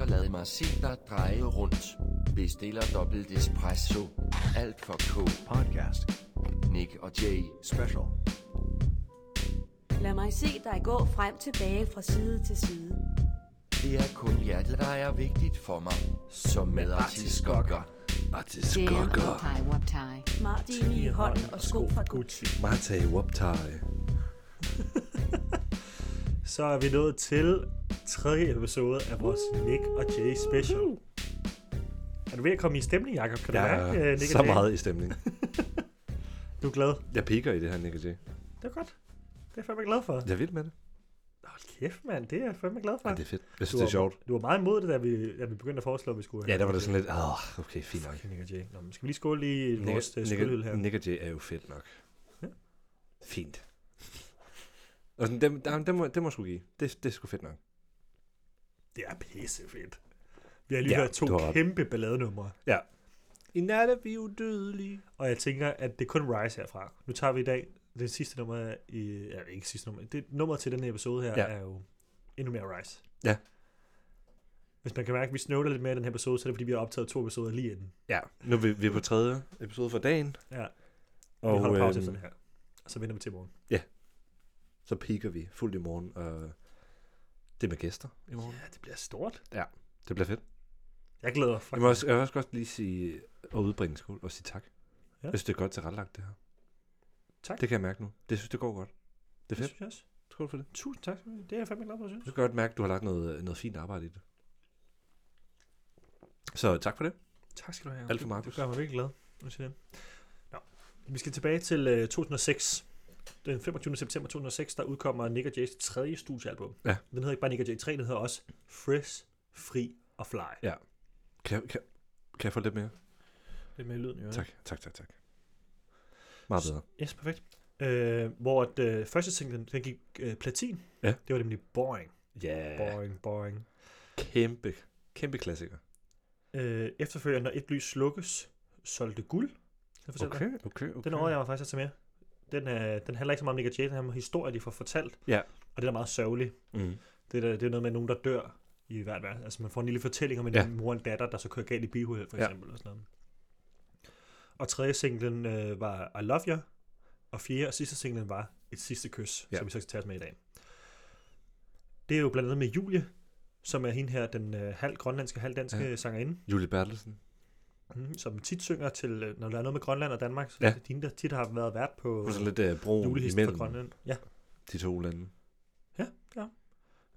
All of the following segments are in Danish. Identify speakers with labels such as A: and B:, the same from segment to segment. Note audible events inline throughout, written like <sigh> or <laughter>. A: og lad mig se dig dreje rundt. Bestiller dobbelt espresso. Alt for K.
B: Podcast.
A: Nick og Jay.
B: Special.
C: Lad mig se dig gå frem tilbage fra side til side.
A: Det er kun hjertet, der er vigtigt for mig. Som med artist gokker.
D: Artist
E: Jam
D: Gokker.
E: Optai Waptai.
C: Martin i hånden og sko fra Gucci.
D: Mate Waptai.
F: <laughs> Så er vi nået til tredje episode af vores Nick og Jay special. Er du ved at komme i stemning, Jacob? Kan
D: Jeg
F: du mærke, øh,
D: er
F: Nick og
D: så
F: Jay?
D: meget i stemning.
F: Du er glad.
D: Jeg piker i det her, Nick og Jay.
F: Det er godt. Det er jeg fandme glad for.
D: Jeg er vild med det.
F: Hold kæft, mand. Det er jeg fandme glad for.
D: Ja, det er fedt. Jeg
F: Du
D: synes, det er
F: var-
D: sjovt.
F: Du var meget imod det, da vi, da vi begyndte at foreslå, at vi skulle
D: Ja, der var det sådan lidt, ah, okay, fint nok.
F: Okay, Nick og Jay. Nå, men skal vi lige skåle i
D: Nick,
F: vores øh, skyldhylde her?
D: Nick, Nick og Jay er jo fedt nok.
F: Ja.
D: Fint. Og sådan, dem, dem, dem, må, dem må jeg sgu give. Det, det er sgu fedt nok.
F: Det er pissefedt. Vi har lige
D: Ja,
F: hørt to
D: du har ret.
F: kæmpe balladenumre.
D: Ja. I nat er vi udødelige.
F: Og jeg tænker, at det er kun Rise herfra. Nu tager vi i dag det sidste nummer i... Ja, ikke sidste nummer. Det nummer til den her episode her
D: Ja.
F: ja. er jo endnu mere Rise.
D: Ja.
F: Hvis man kan mærke, at vi snøvler lidt mere i den her episode, så er det fordi, vi har optaget to episoder lige inden.
D: Ja, nu er vi, vi er på tredje episode for dagen.
F: Ja. Og,
D: Og
F: vi holder pause efter
D: øhm,
F: det her. Og så vender vi til i morgen.
D: så piker vi fuldt i morgen. Og det er med gæster i morgen.
F: Ja, det bliver stort.
D: Det bliver fedt.
F: Jeg glæder mig.
D: Jeg må også, jeg vil også godt lige sige, øh, og udbringe en skål og sige tak.
F: Ja.
D: Ja. Jeg synes, det er godt tilrettelagt det her.
F: Tak.
D: Det kan jeg mærke nu. Det synes, det går godt. Det er
F: Det
D: fedt.
F: synes jeg også.
D: Skål for det.
F: Tusind tak. Det er jeg fandme glad for, synes
D: Du kan godt mærke, at du har lagt noget, noget fint arbejde i det. Så tak for det.
F: Tak skal du have.
D: Alt for
F: Det-
D: Markus.
F: Det gør mig virkelig glad. Nu siger jeg det. Nå. Vi skal tilbage til øh, 2006. Den 25. september 2006, der udkommer Nick og Jays tredje studiealbum.
D: Ja.
F: Den hedder ikke bare Nick og Jay 3, den hedder også Fresh, Fri og Fly.
D: Ja. Kan, jeg- kan, kan jeg få lidt mere?
F: Lidt med lyden, jo.
D: Tak, tak, tak, tak. Meget bedre.
F: Yes, perfekt. Øh, hvor at, øh, første singlen, den gik øh, platin.
D: Ja.
F: Det var nemlig Boring.
D: Ja, yeah.
F: Boring, Boring.
D: kæmpe, kæmpe klassiker.
F: Øh, efterfølgende, når et lys slukkes, solgte guld. Så fortæller
D: Okay, okay, okay.
F: Den overvejer jeg mig faktisk at tage med. Den, øh, den handler ikke så meget om Nick og Jay, den handler om historier, de får fortalt.
D: Ja.
F: Og det er meget sørgeligt.
D: Mm.
F: Det er, det er noget med nogen, der dør i hvert fald. Altså man får en lille fortælling om en
D: Ja.
F: ja. mor og en datter, der så kører galt i bihuheld for
D: Ja.
F: eksempel. Ja. Og, sådan noget. og tredje singlen øh, var I Love You. Og fjerde og sidste singlen var Et sidste kys,
D: Ja.
F: ja. som vi så skal tage os med i dag. Det er jo blandt andet med Julie, som er hende her, den øh, halv grønlandske, halv danske
D: Ja.
F: ja. sangerinde.
D: Julie Bertelsen.
F: Mm, som tit synger til, øh, når der er noget med Grønland og Danmark, så
D: Ja.
F: ja. er det hende, der tit har været vært på
D: Hun er sådan lidt uh, brun
F: julehist fra
D: imellem
F: Grønland. Ja.
D: de to lande.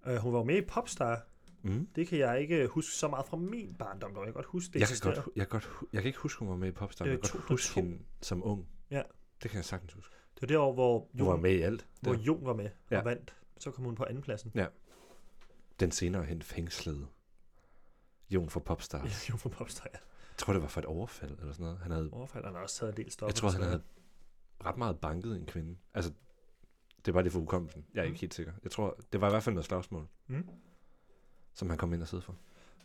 F: Øh, hun var jo med i Popstar.
D: Mm.
F: Det kan jeg ikke huske så meget fra min barndom, dog. Jeg kan godt huske det.
D: Jeg, kan
F: eksisterer.
D: godt, hu- jeg, kan godt, hu- jeg kan ikke huske, hun var med i Popstar.
F: Det
D: men
F: er
D: Jeg kan godt huske
F: 2002.
D: hende som ung.
F: Ja.
D: Det kan jeg sagtens huske.
F: Det var det år, hvor
D: Hun var
F: Jon,
D: med i alt.
F: hvor
D: Der.
F: Jon var med og
D: Ja.
F: vandt. Så kom hun på andenpladsen.
D: Den senere hen fængslede Jon fra Popstar.
F: Ja, <laughs> Jon fra Popstar, ja.
D: Jeg tror, det var for et overfald eller sådan noget. Han havde,
F: Overfald, han har også taget en del stoffer.
D: jeg tror, han
F: så-
D: havde ret meget banket en kvinde. Altså, det er bare det for hukommelsen. Jeg er ikke helt sikker. Jeg tror, det var i hvert fald noget slagsmål,
F: Mm.
D: som han kom ind og sidde for.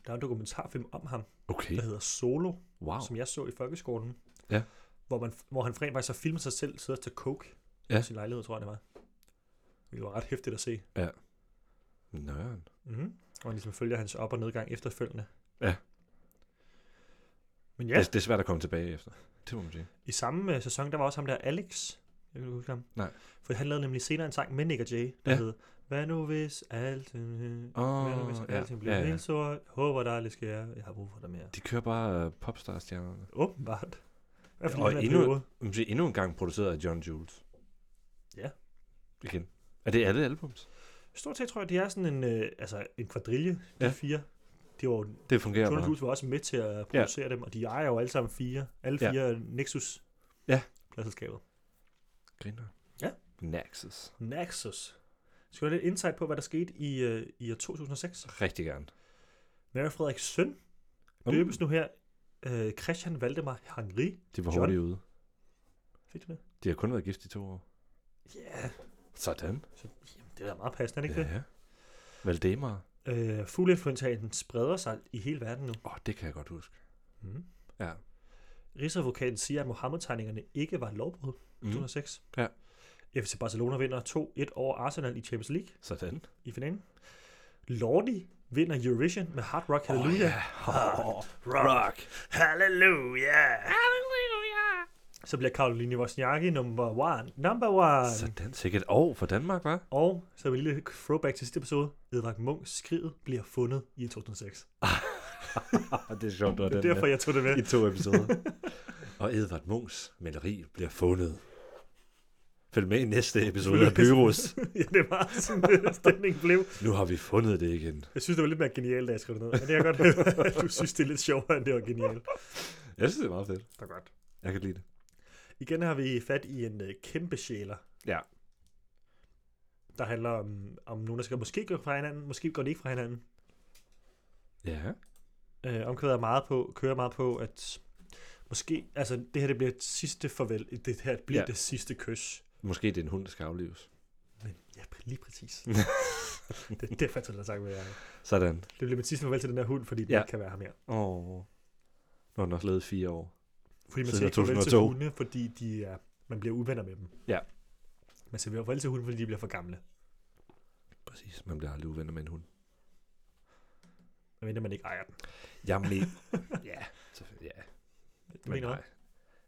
F: Der er en dokumentarfilm om ham,
D: Okay.
F: der hedder Solo,
D: Wow.
F: som jeg så i folkeskolen.
D: Ja.
F: Hvor, man, hvor han rent faktisk har filmet sig selv sidde og tage coke
D: Ja.
F: i sin lejlighed, tror jeg det var. Det var ret hæftigt at se.
D: Nøren.
F: Mm. Og man ligesom følger hans op- og nedgang efterfølgende.
D: Ja.
F: Men
D: Ja.
F: ja,
D: Det, det, er svært at komme tilbage efter. Det må man sige.
F: i samme øh, sæson, der var også ham der Alex. Jeg kan huske ham.
D: Nej.
F: For han lavede nemlig senere en sang med Nick og Jay, der
D: Ja.
F: ja. hed Hvad nu hvis alt... øh,
D: Åh,
F: Hvad nu hvis alt bliver
D: ja, ja.
F: helt sort? Håber der aldrig sker. Jeg har brug for dig mere.
D: De kører bare uh, popstar-stjernerne.
F: Åbenbart. I hvert fald
D: Og
F: i den her
D: endnu-
F: periode.
D: Man siger, endnu en gang produceret af John Jules.
F: Ja.
D: Igen. Er det alle albums?
F: Stort set tror jeg, det er sådan en, øh, altså en kvadrille, de
D: Ja.
F: ja. fire. Det var jo,
D: Det fungerer
F: Tone
D: bare.
F: Hughes var også med til at producere ja. dem, og de ejer jo alle sammen fire. Alle
D: Ja.
F: fire ja. Nexus.
D: Ja.
F: Pladselskabet.
D: Griner.
F: Ja.
D: Naxos.
F: Nexus. Skal du have lidt insight på, hvad der skete i, øh, i år 2006?
D: Rigtig gerne.
F: Mary Frederiks søn
D: Um.
F: løbes nu her. Øh, Christian Valdemar Henri.
D: De var
F: John.
D: hurtigt ude.
F: Fik du det?
D: De har kun været gift i to år.
F: Ja. Yeah.
D: Sådan.
F: Det er da meget passende, er det ikke
D: Ja. Valdemar.
F: det? Øh, Fugleinfluenzaen spreder sig i hele verden nu.
D: Åh, oh, det kan jeg godt huske.
F: Mm.
D: Ja.
F: Rigsadvokaten siger, at Mohammed-tegningerne ikke var lovbrud i
D: Mm.
F: 2006.
D: Ja.
F: FC Barcelona vinder 2-1 over Arsenal i Champions League
D: Sådan.
F: i finalen. Lordi vinder Eurovision med Hard Rock Hallelujah. Oh, yeah.
D: Rock.
F: Hallelujah! Hallelujah! Så bliver Karoline Wozniacki number one. Number one! Så.
D: Sådan, sikkert år for Danmark, var.
F: Og så er vi en lille throwback til sidste episode. Edvard Munchs skrivet bliver fundet i 2006.
D: det er sjovt, du har
F: Det er derfor, jeg tog det med.
D: <laughs> i to episoder. og Edvard Munchs maleri bliver fundet. Følg med i næste
F: <laughs>
D: episode af Pyrus.
F: <laughs> ja, det var sådan, det stemningen blev.
D: Nu har vi fundet det igen.
F: Jeg synes, det var lidt mere genialt, da jeg skrev det ned. Men det er godt, at <laughs> du synes, det er lidt sjovere, end det var genialt.
D: Jeg synes, det er meget fedt.
F: Det er godt.
D: Jeg kan lide det.
F: Igen har vi fat i en øh, kæmpe sjæler,
D: Ja.
F: der handler om, om nogen, der skal måske gå fra hinanden, måske går de ikke fra hinanden.
D: Ja.
F: øh, omkvædet er meget på, kører meget på, at måske, altså det her det bliver et sidste farvel, det her bliver
D: Ja.
F: ja. det sidste kys.
D: Måske det er en hund, der skal aflives.
F: Men ja, pr- lige
D: <laughs>
F: præcis. det er derfor, jeg tager den her sang med jer.
D: Sådan.
F: Det bliver mit sidste farvel til den her hund, fordi den
D: Ja.
F: ja. ikke kan være her mere.
D: Åh. Nu har den også levet i fire år.
F: Fordi man
D: Siden
F: siger ikke farvel til
D: 2002.
F: hunde, fordi de er, man bliver uvenner med dem.
D: Ja.
F: Man siger farvel til hunde, fordi de bliver for gamle.
D: Præcis. Man bliver aldrig uvenner med en hund.
F: Men man ikke ejer den.
D: Jeg er
F: <laughs>
D: mest... ja. Så, ja.
F: Det mener jeg.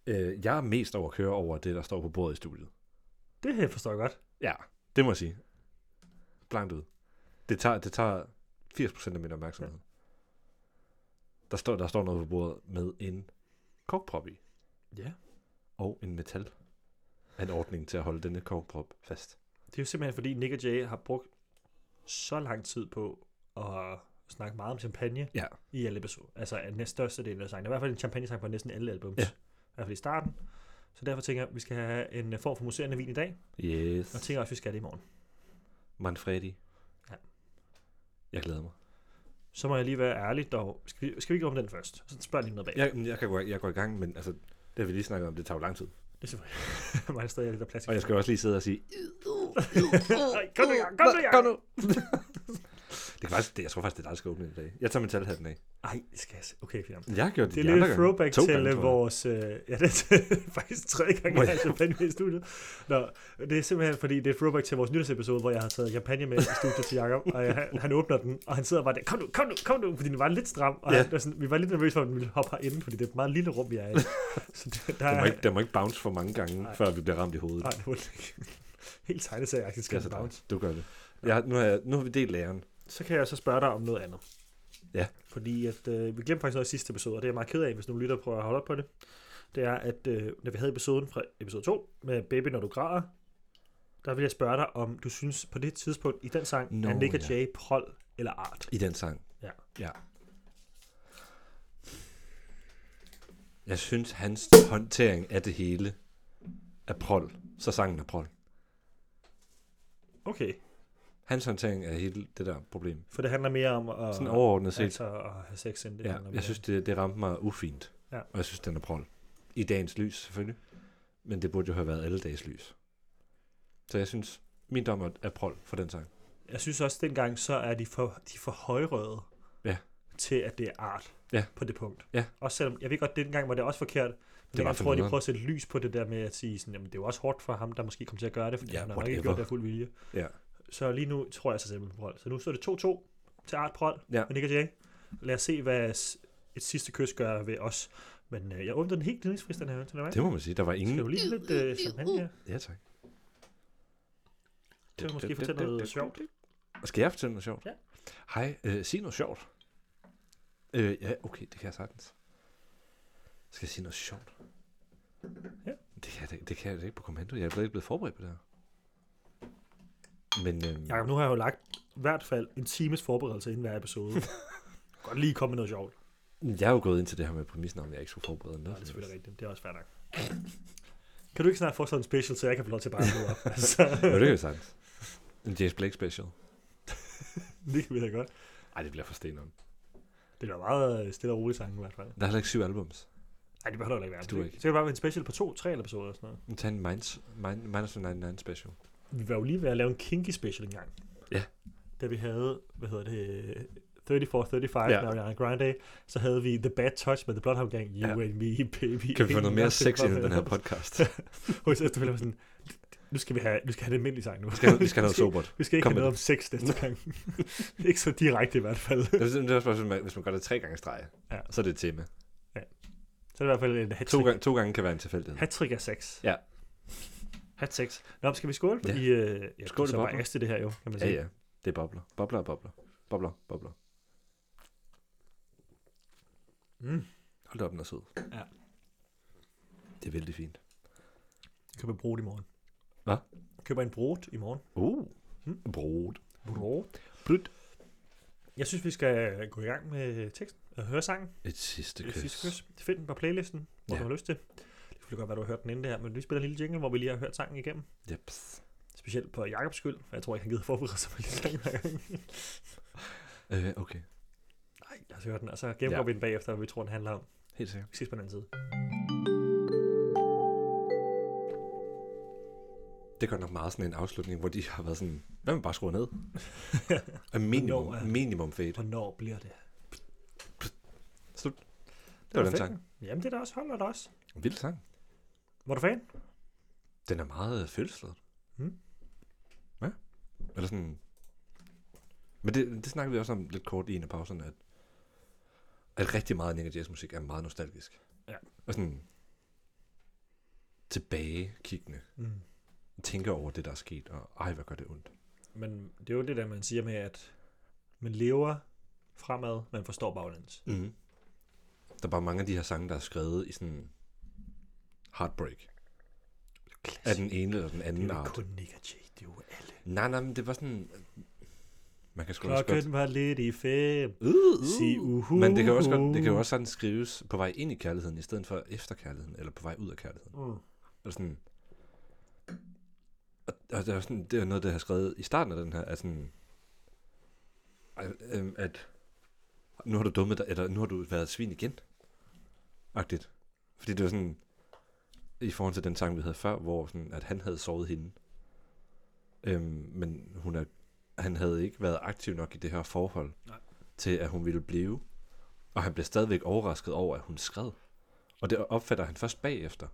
D: nej. Øh, jeg er mest over at køre over det, der står på bordet i studiet.
F: Det her forstår jeg godt.
D: Ja, det må jeg sige. Blankt ud. Det tager, det tager 80% af min opmærksomhed. Der, står, der står noget på bordet med en korkprop i,
F: Ja.
D: og en metal. En ordning til at holde denne korkprop fast.
F: Det er jo simpelthen, fordi Nick og Jay har brugt så lang tid på at snakke meget om champagne,
D: Ja.
F: i alle episode. Altså af den største del af sangen. I hvert fald en champagne-sang på næsten alle albums.
D: Ja.
F: Ja. I hvert fald i starten. Så derfor tænker jeg, at vi skal have en øh, form for museerende vin i dag. Og jeg
D: Yes.
F: tænker også, at vi skal have det i morgen.
D: Manfredi.
F: Ja.
D: Jeg glæder mig. så
F: Så må jeg lige være ærlig dog. Skal vi, skal vi ikke om den først? Så spørg lige noget bag.
D: Jeg, jeg, kan gå, jeg går i gang, men altså, det har vi lige snakket om, det tager jo lang tid.
F: Det er selvfølgelig- <laughs> mig stadig er lidt af plastik.
D: Og jeg skal også lige sidde og sige,
F: Ej, Kom nu, Jacob, kom nu,
D: kom <laughs>
F: Jacob.
D: nu! det kan faktisk, det, jeg tror faktisk, det er dig, der skal åbne den i dag. Jeg tager metalhatten af.
F: Ej, skal jeg... s- Okay, fint.
D: Jeg har gjort det,
F: Det er
D: de
F: lidt
D: andre
F: et
D: gange.
F: throwback
D: To
F: til
D: gange,
F: øh,
D: tror jeg.
F: vores... Øh, <laughs> ja, det er til- faktisk tredje gang,
D: Må
F: jeg har
D: jeg-
F: champagne med i studiet. Nå, det er simpelthen fordi, det er et throwback til vores nyhedsepisode, hvor jeg har taget champagne med i studiet til Jacob, og jeg, han åbner den, og han sidder bare der, kom nu, kom nu, kom nu, fordi den var lidt stram, og
D: Ja.
F: ja. han, var sådan, vi var lidt nervøse for, at den ville hoppe herinde, fordi det er et meget lille rum, vi er
D: <laughs>
F: i. Så det, der
D: Den
F: er...
D: må, ikke, den må ikke bounce for mange gange, Ej. før vi bliver ramt i hovedet.
F: Nej, det må den ikke. <laughs> Helt tegneserieagtigt
D: Det
F: skal
D: er så
F: den bounce.
D: dejligt. Du gør det. Jeg, har- nu, har jeg, nu har vi delt læreren.
F: Så kan jeg så spørge dig om noget andet.
D: Ja.
F: Fordi at, øh, vi glemte faktisk noget i sidste episode, og det er jeg meget ked af, hvis nogle lytter prøver at holde op på det. Det er, at øh, når vi havde episoden fra episode 2 med Baby Når Du Græder, der vil jeg spørge dig, om du synes på det tidspunkt i den sang,
D: Nå,
F: no, er Nick
D: ja.
F: ja. Jay prol eller art?
D: I den sang.
F: Ja.
D: ja. Jeg synes, hans håndtering af det hele er prol. Så sangen er prol.
F: Okay,
D: Hans håndtering af hele det der problem.
F: for det handler mere om at,
D: Sådan overordnet set.
F: altså, at have sex end det
D: Ja,
F: handler mere
D: jeg synes, det, det ramte mig ufint.
F: Ja.
D: Og jeg synes, den er prol. I dagens lys, selvfølgelig. Men det burde jo have været alle dages lys. Så jeg synes, min dom er- er prol for den sang.
F: Jeg synes også, at dengang så er de for, de er for højrøde
D: Ja.
F: til, at det er art
D: Ja.
F: på det punkt.
D: Ja.
F: Også selvom, jeg ved godt, dengang var det også forkert, men
D: var
F: det jeg
D: for
F: tror, de
D: nederen.
F: prøver at sætte lys på det der med at sige, sådan, jamen, det er jo også hårdt for ham, der måske kom til at gøre det, fordi
D: Ja,
F: ja, han har nok
D: whatever.
F: ikke gjort det af fuld vilje.
D: Ja.
F: Så lige nu tror jeg så simpelthen på Prol. Så nu står det 2-2 til Art Prol
D: Ja.
F: og Nick og Jay. Lad os se, hvad s- et sidste kys gør ved os. Men øh, jeg åbner den helt gnidningsfrist, den her. Øl,
D: Det må man sige. Der var
F: skal
D: ingen...
F: jo lige lidt øh, champagne her.
D: Ja, tak.
F: Det vil måske fortælle noget sjovt.
D: Skal jeg fortælle noget sjovt?
F: Ja.
D: Hej, øh, sig noget sjovt. Øh, ja, okay, det kan jeg sagtens. Skal jeg sige noget sjovt?
F: Ja.
D: Det kan jeg, da- det kan jeg da ikke på kommando. Jeg er slet ikke blevet forberedt på det her. Men øhm,
F: Jakob, nu har jeg jo lagt i hvert fald en times forberedelse inden
D: <laughs>
F: hver episode. Godt lige komme med noget sjovt.
D: jeg er jo gået ind til det her med præmissen om, at jeg ikke skulle forberede
F: Det er
D: noget. som
F: selvfølgelig
D: helst.
F: rigtigt. Det er også fair nok. Kan du ikke snart få sådan en special, så jeg kan få lov til bare at møde
D: <laughs>
F: op? altså,
D: Jo, det kan jeg sagtens. En James Blake special.
F: det kan vi da godt.
D: Ej, det bliver for stenet.
F: Det er da meget øh, stille og roligt sange i hvert fald.
D: Der er heller ikke syv albums.
F: Nej, det behøver der ikke være.
D: Det duer ikke.
F: Så kan det bare være en special på to, tre episoder eller sådan noget.
D: Tag en Minds, Mind, Minus 99 special.
F: Vi var jo lige ved at lave en kinky special engang.
D: Ja.
F: Da vi havde, hvad hedder det, 34-35 ja.
D: Ja.
F: med Ariana Grande, så havde vi The Bad Touch med The Bloodhound Gang. You
D: Ja.
F: and me, baby.
D: Kan vi få noget mere
F: Ain't nothing
D: sex ind i
F: but
D: den her
F: love.
D: podcast?
F: Og så efterfølgende var sådan, Nu skal vi have, nu skal have en almindelig sang nu.
D: Vi <laughs> skal, vi skal have noget <laughs> sobert.
F: Vi skal ikke
D: Kom
F: Kom have
D: med
F: noget om sex næste gang. <laughs> ikke så direkte i hvert fald.
D: Det er- Det er også bare, sådan, man- hvis man gør det tre gange i streg,
F: Ja.
D: så er det et tema.
F: Så er det i hvert fald en
D: To,
F: hat-trick.
D: gang, to gange kan være en tilfældighed.
F: Hat-trick af sex.
D: Ja.
F: Hat-sex. Nå, skal vi skåle?
D: Ja.
F: I, øh, ja,
D: Skål,
F: skål, så
D: bobler.
F: bare æste det her jo, kan man
D: Ja,
F: sige.
D: ja. Det er bobler. Bobler og bobler. Bobler, bobler.
F: Mm.
D: Hold da op, den er sød.
F: Ja.
D: Det er vældig fint.
F: Jeg køber en brot i morgen.
D: Hvad?
F: Jeg køber en brot i morgen.
D: Uh.
F: Mm.
D: Brot.
F: Brot?
D: Brut.
F: Jeg synes, vi skal gå i gang med teksten og høre sangen.
D: Et sidste
F: Det
D: kys.
F: sidste kys. Find den på playlisten, hvor
D: Ja.
F: du har lyst til. Det kan selvfølgelig godt være, du har hørt den inden det her, men vi spiller en lille jingle, hvor vi lige har hørt sangen igennem.
D: Jeps.
F: Specielt på Jakobs skyld, for jeg tror ikke, han gider forberede sig på lige sangen hver gang.
D: Øh, okay.
F: Nej, lad os høre den, og så gennemgår
D: Ja.
F: ja. vi den bagefter, hvad vi tror, den handler om.
D: Helt sikkert.
F: Vi ses på den anden side.
D: Det gør nok meget sådan en afslutning, hvor de har været sådan, hvad man bare skruer <laughs> ned. Og minimum,
F: Hvornår er-
D: minimum fade.
F: Hvornår bliver det?
D: Det var den
F: Perfekt.
D: sang.
F: Jamen, det er da også, holder der også.
D: En vild sang.
F: Var du fan?
D: Den er meget øh, følelsesladet.
F: Mm.
D: Ja. Eller sådan... Men det, det snakker vi også om lidt kort i en af pauserne, at, at rigtig meget af Nick Jazz musik er meget nostalgisk.
F: Ja.
D: Og sådan tilbagekiggende.
F: Mm.
D: Tænker over det, der er sket, og ej, hvad gør det ondt.
F: Men det er jo det der, man siger med, at man lever fremad, man forstår baglæns.
D: Mm. Der er bare mange af de her sange, der er skrevet i sådan heartbreak. Af den ene eller den
F: Altså, Det
D: anden
F: er jo
D: art.
F: ikke kun Nick og Jay, det er jo alle.
D: Nej, nej, men det var sådan... Man kan sgu også godt...
F: Klokken var lidt i fem.
D: Uh, uh.
F: Sig "Uhuh, uhu.
D: Men det kan, jo også godt, det kan jo også sådan skrives på vej ind i kærligheden, i stedet for efter kærligheden, eller på vej ud af kærligheden.
F: Mm.
D: Eller sådan, og, og det, er jo sådan, det er noget, der har skrevet i starten af den her, at sådan, at, øhm, at nu har du dummet dig, eller nu har du været svin igen. Agtigt. Fordi det var sådan, i forhold til den sang, vi havde før, hvor sådan, at han havde sovet hende. Øhm, men hun er, han havde ikke været aktiv nok i det her forhold,
F: Nej.
D: til at hun ville blive. Og han blev stadigvæk overrasket over, at hun skred. Og det opfatter han først bagefter.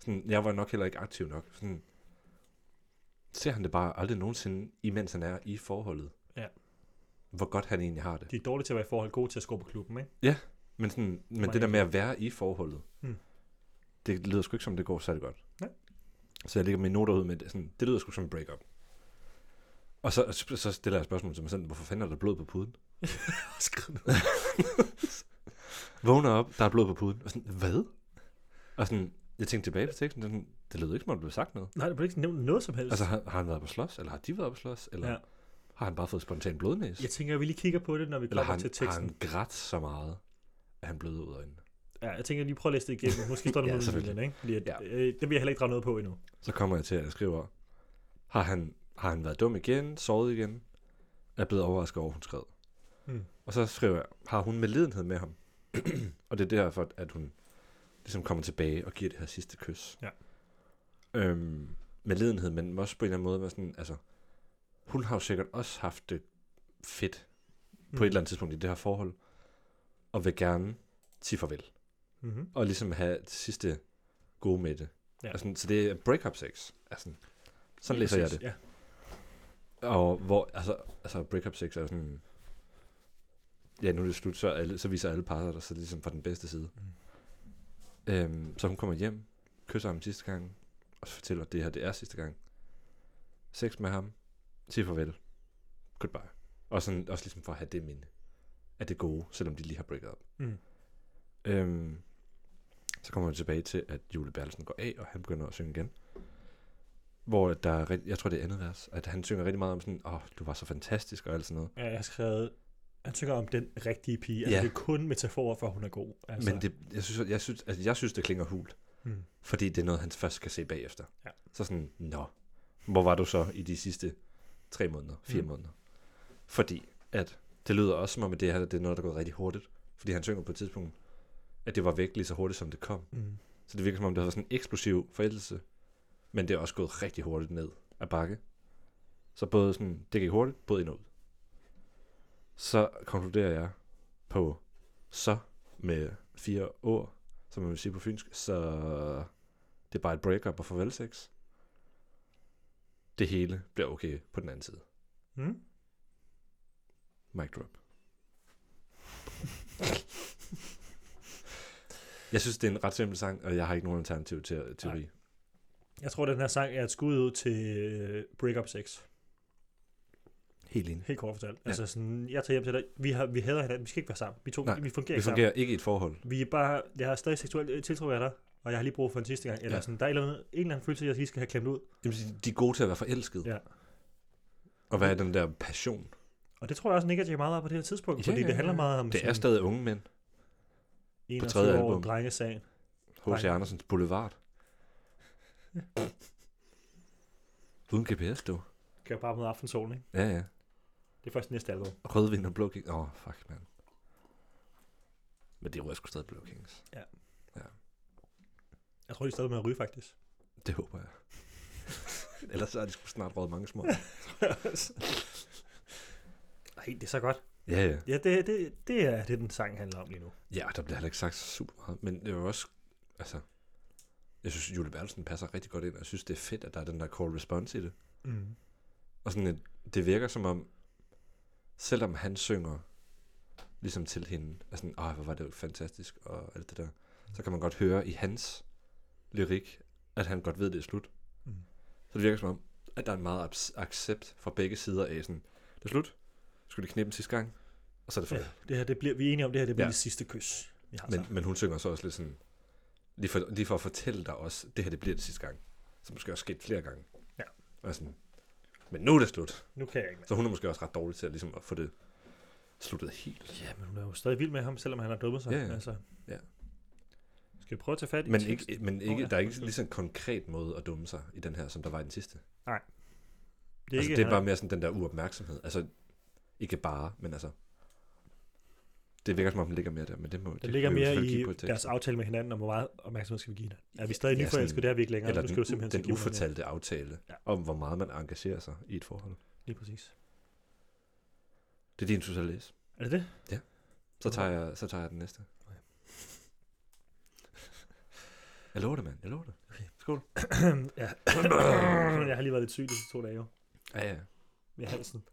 D: Sådan, jeg var nok heller ikke aktiv nok. Sådan, ser han det bare aldrig nogensinde, imens han er i forholdet.
F: Ja.
D: Hvor godt han egentlig har det.
F: De er dårlige til at være i forhold, gode til at skubbe klubben, ikke?
D: Men, sådan, men
F: var
D: det der med at være i forholdet,
F: Mm.
D: det lyder sgu ikke som, det går særlig godt.
F: Nej.
D: Så jeg lægger mine noter ud med, det, sådan, det lyder sgu som en breakup. Og så, så stiller jeg spørgsmål til mig selv, hvorfor fanden er der blod på
F: <laughs>
D: puden?
F: Skriv ned.
D: <laughs> Vågner op, der er blod på puden. Og sådan, hvad? Og sådan, jeg tænkte tilbage på teksten, sådan, det lyder ikke som om, der blev sagt noget.
F: Nej, der blev ikke nævnt noget som helst.
D: Altså, har, har han været på slås, eller har de været på slås, eller
F: Ja.
D: ja. har han bare fået spontan blodnæs?
F: Jeg tænker, at vi lige kigger på det, når vi
D: Eller
F: kommer
D: har han,
F: til
D: har
F: teksten.
D: han grædt så meget, at han blødte ud af øjnene?
F: Ja, jeg tænker, at vi prøver at læse det igennem.
D: <laughs>
F: Måske står der
D: Ja,
F: noget med
D: selvfølgelig.
F: den, ikke? Fordi at,
D: Ja.
F: ja. øh, det vil jeg heller ikke drage noget på endnu.
D: Så kommer jeg til at skrive, har han, har han været dum igen, sovet igen, er blevet overrasket over, at hun skred.
F: Mm.
D: Og så skriver jeg, har hun medlidenhed med ham? <clears throat> og det er derfor, at hun ligesom kommer tilbage og giver det her sidste kys.
F: Ja.
D: Øhm, medlidenhed, men også på en eller anden måde, var sådan, altså, hun har jo sikkert også haft det fedt mm.
F: Hmm.
D: på et eller andet tidspunkt i det her forhold, og vil gerne sige farvel
F: Mm-hmm.
D: og ligesom have det sidste gode med det.
F: Ja.
D: Ja. Altså, så det er breakup sex. Altså, sådan læser jeg det.
F: Ja.
D: Og hvor, altså, altså breakup sex er jo sådan, ja, nu er det slut, så, er alle, så viser alle parter der så ligesom fra den bedste side. Mm. Øhm, så hun kommer hjem, kysser ham sidste gang, og så fortæller, at det her, det er sidste gang. Sex med ham, sig farvel, goodbye. Og sådan, også ligesom for at have det minde af det gode, selvom de lige har breaket op.
F: Mm.
D: Øhm, så kommer vi tilbage til, at Jule Bertelsen går af, og han begynder at synge igen. Hvor der er, rigt- jeg tror det er andet vers, at han synger rigtig meget om sådan, åh, oh, du var så fantastisk og alt sådan noget.
F: ja, jeg har skrevet... Han tænker om den rigtige pige. Altså,
D: Ja.
F: det er kun metaforer for, at hun er god.
D: Altså.
F: Altså,
D: Men det, jeg, synes, jeg, synes, altså, jeg synes, det klinger hult,
F: Mm.
D: fordi det er noget, han først skal se bagefter.
F: Ja.
D: Så sådan, nå, hvor var du så i de sidste tre måneder, fire
F: Mm.
D: mm. måneder? Fordi at det lyder også som om, at det her det er noget, der går rigtig hurtigt. Fordi han synger på et tidspunkt, at det var væk lige så hurtigt, som det kom.
F: Mm.
D: Så det virker som om, det har været sådan en eksplosiv forældelse. Men det er også gået rigtig hurtigt ned ad bakke. Så både sådan, det gik hurtigt, både ind og ud. Så konkluderer jeg på så med fire år, som man vil sige på fynsk. Så det er bare et breakup og farvel sex. det hele bliver okay på den anden side.
F: Mm?
D: Mic drop. jeg synes, det er en ret simpel sang, og jeg har ikke nogen alternativ te- teori. Nej.
F: Jeg tror, den her sang er et skud ud til øh, Breakup 6.
D: Helt enig.
F: Helt kort fortalt.
D: Ja.
F: Altså sådan, jeg tager hjem til dig. Vi, har, vi hader hinanden. Vi skal ikke være sammen. Vi, to,
D: Nej,
F: vi fungerer
D: Det
F: ikke sammen.
D: fungerer ikke i et forhold.
F: Vi er bare, jeg har stadig seksuelt øh, tiltrukket af dig, og jeg har lige brug for en sidste gang. Eller
D: Ja.
F: ja. sådan, der er en eller, anden, en eller anden følelse, jeg lige skal have klemt ud.
D: Jamen, de- de er gode til at være forelsket.
F: Ja.
D: Og hvad er den der passion?
F: Og det tror jeg også, Nick og jeg meget var på det her tidspunkt,
D: Ja,
F: fordi
D: ja,
F: det handler
D: ja.
F: meget om
D: Det er stadig unge mænd.
F: en
D: på tredje
F: år
D: album.
F: drengesagen.
D: H.C.
F: Nej.
D: Andersens
F: <laughs>
D: Boulevard. Uden GPS, du.
F: Kan jeg bare med aftensolen, ikke?
D: Ja, ja.
F: Det er først næste album.
D: Rødvin og blå kings. Åh, oh, fuck, mand. Men det var sgu stadig blå kings.
F: Jeg tror, de er stadig med at ryge,
D: <laughs>
F: faktisk.
D: Det håber jeg. <laughs> Ellers så er de sgu snart røget mange små.
F: Nej, det er så godt.
D: <laughs> Ja, ja.
F: Ja, det, det, det er det, den sang handler om lige nu.
D: Ja, der bliver heller ikke sagt så super meget. Men det var også, altså... Jeg synes, Julie Bertelsen passer rigtig godt ind, og jeg synes, det er fedt, at der er den der call response i det.
F: Mm.
D: Og sådan, at det virker som om, selvom han synger ligesom til hende, og sådan, åh, hvor var det fantastisk, og alt det der, så kan man godt høre i hans lyrik, at han godt ved, det er slut. Mm.
F: Mm.
D: Så det virker som om, at der er en meget abs- accept fra begge sider af sådan, det er slut, skulle de knippe en sidste gang, og så er det
F: Ja, altså.
D: færdigt.
F: det her, det bliver, vi er enige om, det her det bliver
D: Ja.
F: ja. det sidste kys, vi har
D: Men,
F: sammen.
D: men hun synger så også lidt sådan, lige for, lige for at fortælle dig også, det her det bliver det sidste gang, som måske også sket flere gange.
F: Ja.
D: Og sådan, men nu er det slut.
F: Nu kan jeg ikke mere.
D: Så hun er måske også ret dårlig til at, ligesom, at få det sluttet helt.
F: Ja, men hun er jo stadig vild med ham, selvom han har dummet sig.
D: Ja, ja.
F: Altså.
D: Ja.
F: Skal vi prøve at tage fat i
D: Men
F: teksten?
D: ikke, men ikke,
F: Åh, ja.
D: der er ikke lige sådan en konkret måde at dumme sig i den her, som der var i den sidste. Det er,
F: Det er,
D: altså,
F: ikke,
D: det er bare mere sådan den der uopmærksomhed. Altså, ikke bare, men altså... Det virker som om, den ligger mere der, men det må
F: det ligger mere i deres
D: deres
F: aftale med hinanden, om hvor meget opmærksomhed skal vi give hinanden. Er vi stadig
D: Ja,
F: ja,
D: sådan-
F: nyforelskede? Det er vi ikke længere.
D: Eller den,
F: nu skal altså, du simpelthen
D: den
F: give mig noget mere.
D: ufortalte aftale ja.
F: Ja.
D: om, hvor meget man engagerer sig i et forhold.
F: Lige præcis.
D: Det er din, synes jeg, læse.
F: Er det det?
D: Så tager jeg, så tager jeg den næste. Jeg lover det, mand. Jeg lover det. Skål.
F: ja. jeg har lige været lidt syg de sidste to dage, jo.
D: Ja, ja.
F: Med halsen.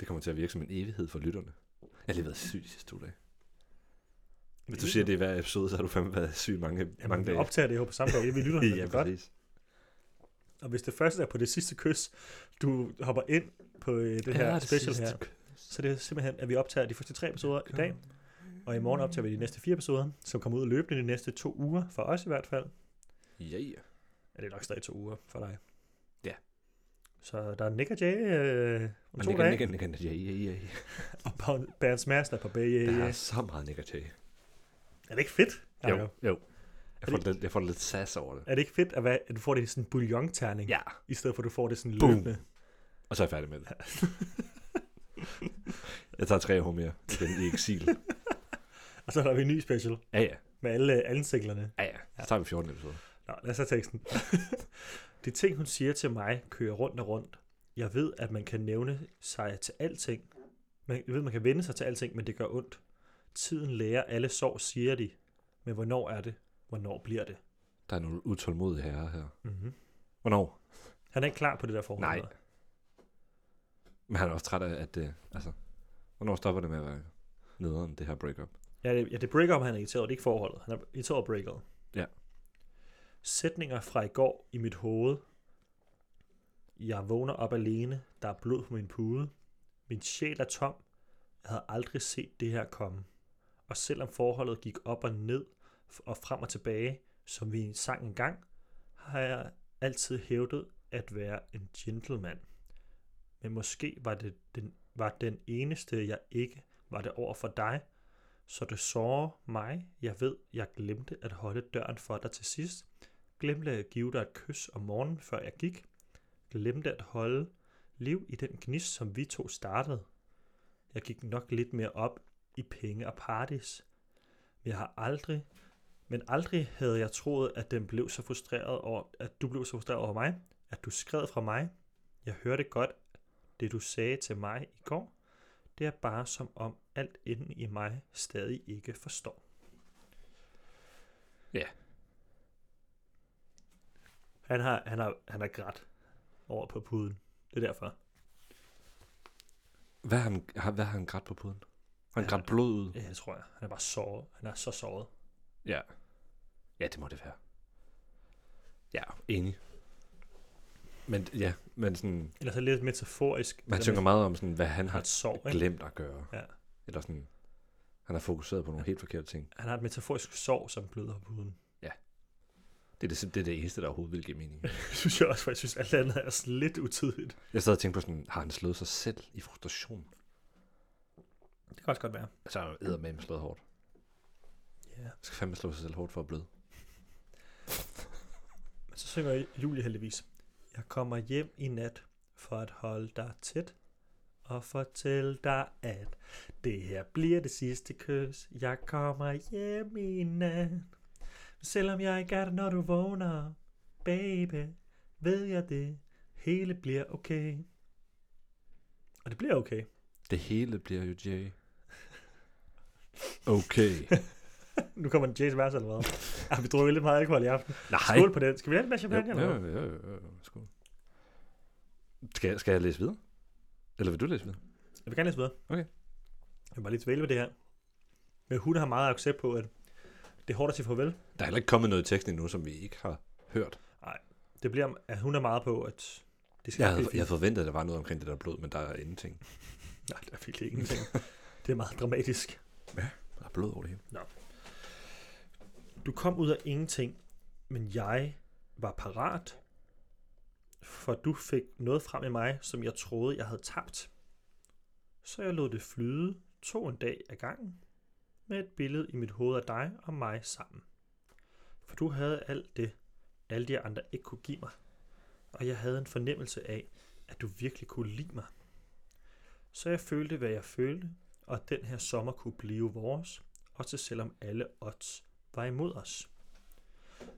D: Det kommer til at virke som en evighed for lytterne. Jeg har lige været syg de sidste to dage. Hvis du siger det i hver episode, så har du fandme været syg mange,
F: Jamen,
D: mange
F: vi
D: dage.
F: optager det jo på samme dag, det vi
D: <laughs>
F: lytter
D: ja,
F: ja, godt.
D: præcis.
F: Og hvis det første er på det sidste kys, du hopper ind på øh, det her
D: Ja,
F: ja, special
D: sidste
F: her, så det er simpelthen, at vi optager de første tre episoder i dag, og i morgen optager vi de næste fire episoder, som kommer ud løbende de næste to uger, for os i hvert fald.
D: Ja, ja.
F: Ja, det er nok stadig to uger for dig.
D: Ja.
F: Så der er Nick og Jay øh, om
D: Men
F: to
D: Nick og
F: dage,
D: Nick og Nick og ja, ja, ja, ja.
F: og Berns Madsen er på Bay.
D: Der
F: Er
D: er så meget Nick og Jay.
F: det ikke fedt? Ja,
D: Jo, jo. Jeg
F: Er
D: får,
F: det-
D: lidt, jeg får lidt sass over det.
F: Er det ikke fedt, at, være, at du får det i sådan en bouillon-terning,
D: Ja,
F: i stedet for at du får det sådan
D: Boom.
F: løbende?
D: og så er jeg færdig med <laughs> det. jeg tager tre år mere igen i eksil. <laughs>
F: Og så har vi en ny special
D: Ja, ja.
F: med alle ansigterne.
D: Ja, ja. Så tager vi 14 episoder.
F: Nå, lad os have
D: <laughs>
F: teksten. De ting, hun siger til mig, kører rundt og rundt. Jeg ved, at man kan nævne sig til alting. Man, jeg ved, man kan vende sig til alting, men det gør ondt. Tiden lærer alle sorg, siger de. Men hvornår er det? Hvornår bliver det?
D: Der er nogle utålmodige herrer her.
F: Mm-hmm.
D: Hvornår?
F: Han er ikke klar på det der forhold.
D: Nej.
F: eller?
D: Men han er også træt af, at det... Altså, hvornår stopper det med at være nederen, det her breakup?
F: Ja, det, ja, det er break-up, han er irriteret. over. Det er ikke forholdet. Han er irriteret over break-up.
D: Ja.
F: Sætninger fra i går i mit hoved. Jeg vågner op alene. Der er blod på min pude. Min sjæl er tom. Jeg havde aldrig set det her komme. Og selvom forholdet gik op og ned f- og frem og tilbage, som vi sang engang, har jeg altid hævdet at være en gentleman. Men måske var det den, var den eneste, jeg ikke var det over for dig, så det sårer mig. Jeg ved, jeg glemte at holde døren for dig til sidst. Glemte at give dig et kys om morgenen, før jeg gik. Glemte at holde liv i den gnist, som vi to startede. Jeg gik nok lidt mere op i penge og parties. Men jeg har aldrig, men aldrig havde jeg troet, at den blev så frustreret over, at du blev så frustreret over mig, at du skred fra mig. Jeg hørte godt, det du sagde til mig i går. Det er bare som om alt inden i mig stadig ikke forstår.
D: Ja.
F: Han har, han har, han har grædt. over på puden. Det er derfor.
D: Hvad har han, har, hvad har han grædt på puden? Har han
F: Ja.
D: grædt blod ud?
F: Ja, det tror jeg. Han er bare såret. Han er så såret.
D: Ja. Ja, det må det være. Ja, enig. Men ja, men sådan,
F: Eller så lidt metaforisk. det
D: man
F: der
D: synger
F: med,
D: meget om, sådan, hvad han
F: han har
D: har
F: et sår, ikke?
D: glemt at gøre.
F: Ja.
D: Eller sådan, han har fokuseret på nogle helt forkerte ting.
F: Han har et metaforisk sår, som bløder på huden.
D: Det er det, sim- det, er det eneste, der overhovedet vil give mening.
F: <laughs> Det synes jeg også, for jeg synes, alt andet er sådan lidt utidigt.
D: Jeg sad og tænkte på sådan, har han slået sig selv i frustration?
F: Det kan også godt være.
D: Så har han med slået hårdt.
F: Ja.
D: Jeg skal fandme slå sig selv hårdt for at bløde.
F: Men så synger Julie heldigvis. Jeg kommer hjem i nat for at holde dig tæt og fortælle dig, at det her bliver det sidste kys. Jeg kommer hjem i nat. Selvom jeg ikke er der, når du vågner, baby, ved jeg det. Hele bliver okay. Og det bliver okay.
D: Det hele bliver jo Jay. Okay.
F: Nu kommer den Jays vers, eller hvad? Ja, vi drukket lidt meget alkohol i aften.
D: <laughs> Nej.
F: Skål på den. Skal vi have en masse champagne,
D: Jo,
F: eller hvad?
D: jo, jo, jo, jo, jo. Skål. Skal, jeg- skal jeg læse videre? Eller vil du læse videre?
F: Jeg vil gerne læse videre.
D: Okay.
F: Jeg vil bare lige dvæle ved det her. Men hun har meget accept på, at det er hårdt at sige farvel.
D: Der er heller ikke kommet noget i teksten endnu, som vi ikke har hørt.
F: Det bliver, at hun er meget på, at det skal
D: Jeg havde,
F: nok blive
D: jeg
F: fint.
D: havde forventet, at der var noget omkring det der blod, men der er ingenting.
F: Nej, der er virkelig ingenting. det er meget dramatisk.
D: Der er blod over det hele.
F: Du kom ud af ingenting, men jeg var parat, for du fik noget frem i mig, som jeg troede, jeg havde tabt. Så jeg lod det flyde, tog en dag ad gangen, med et billede i mit hoved af dig og mig sammen. For du havde alt det, alle de andre ikke kunne give mig, og jeg havde en fornemmelse af, at du virkelig kunne lide mig. Så jeg følte, hvad jeg følte, og at den her sommer kunne blive vores, også selvom alle odds var imod os.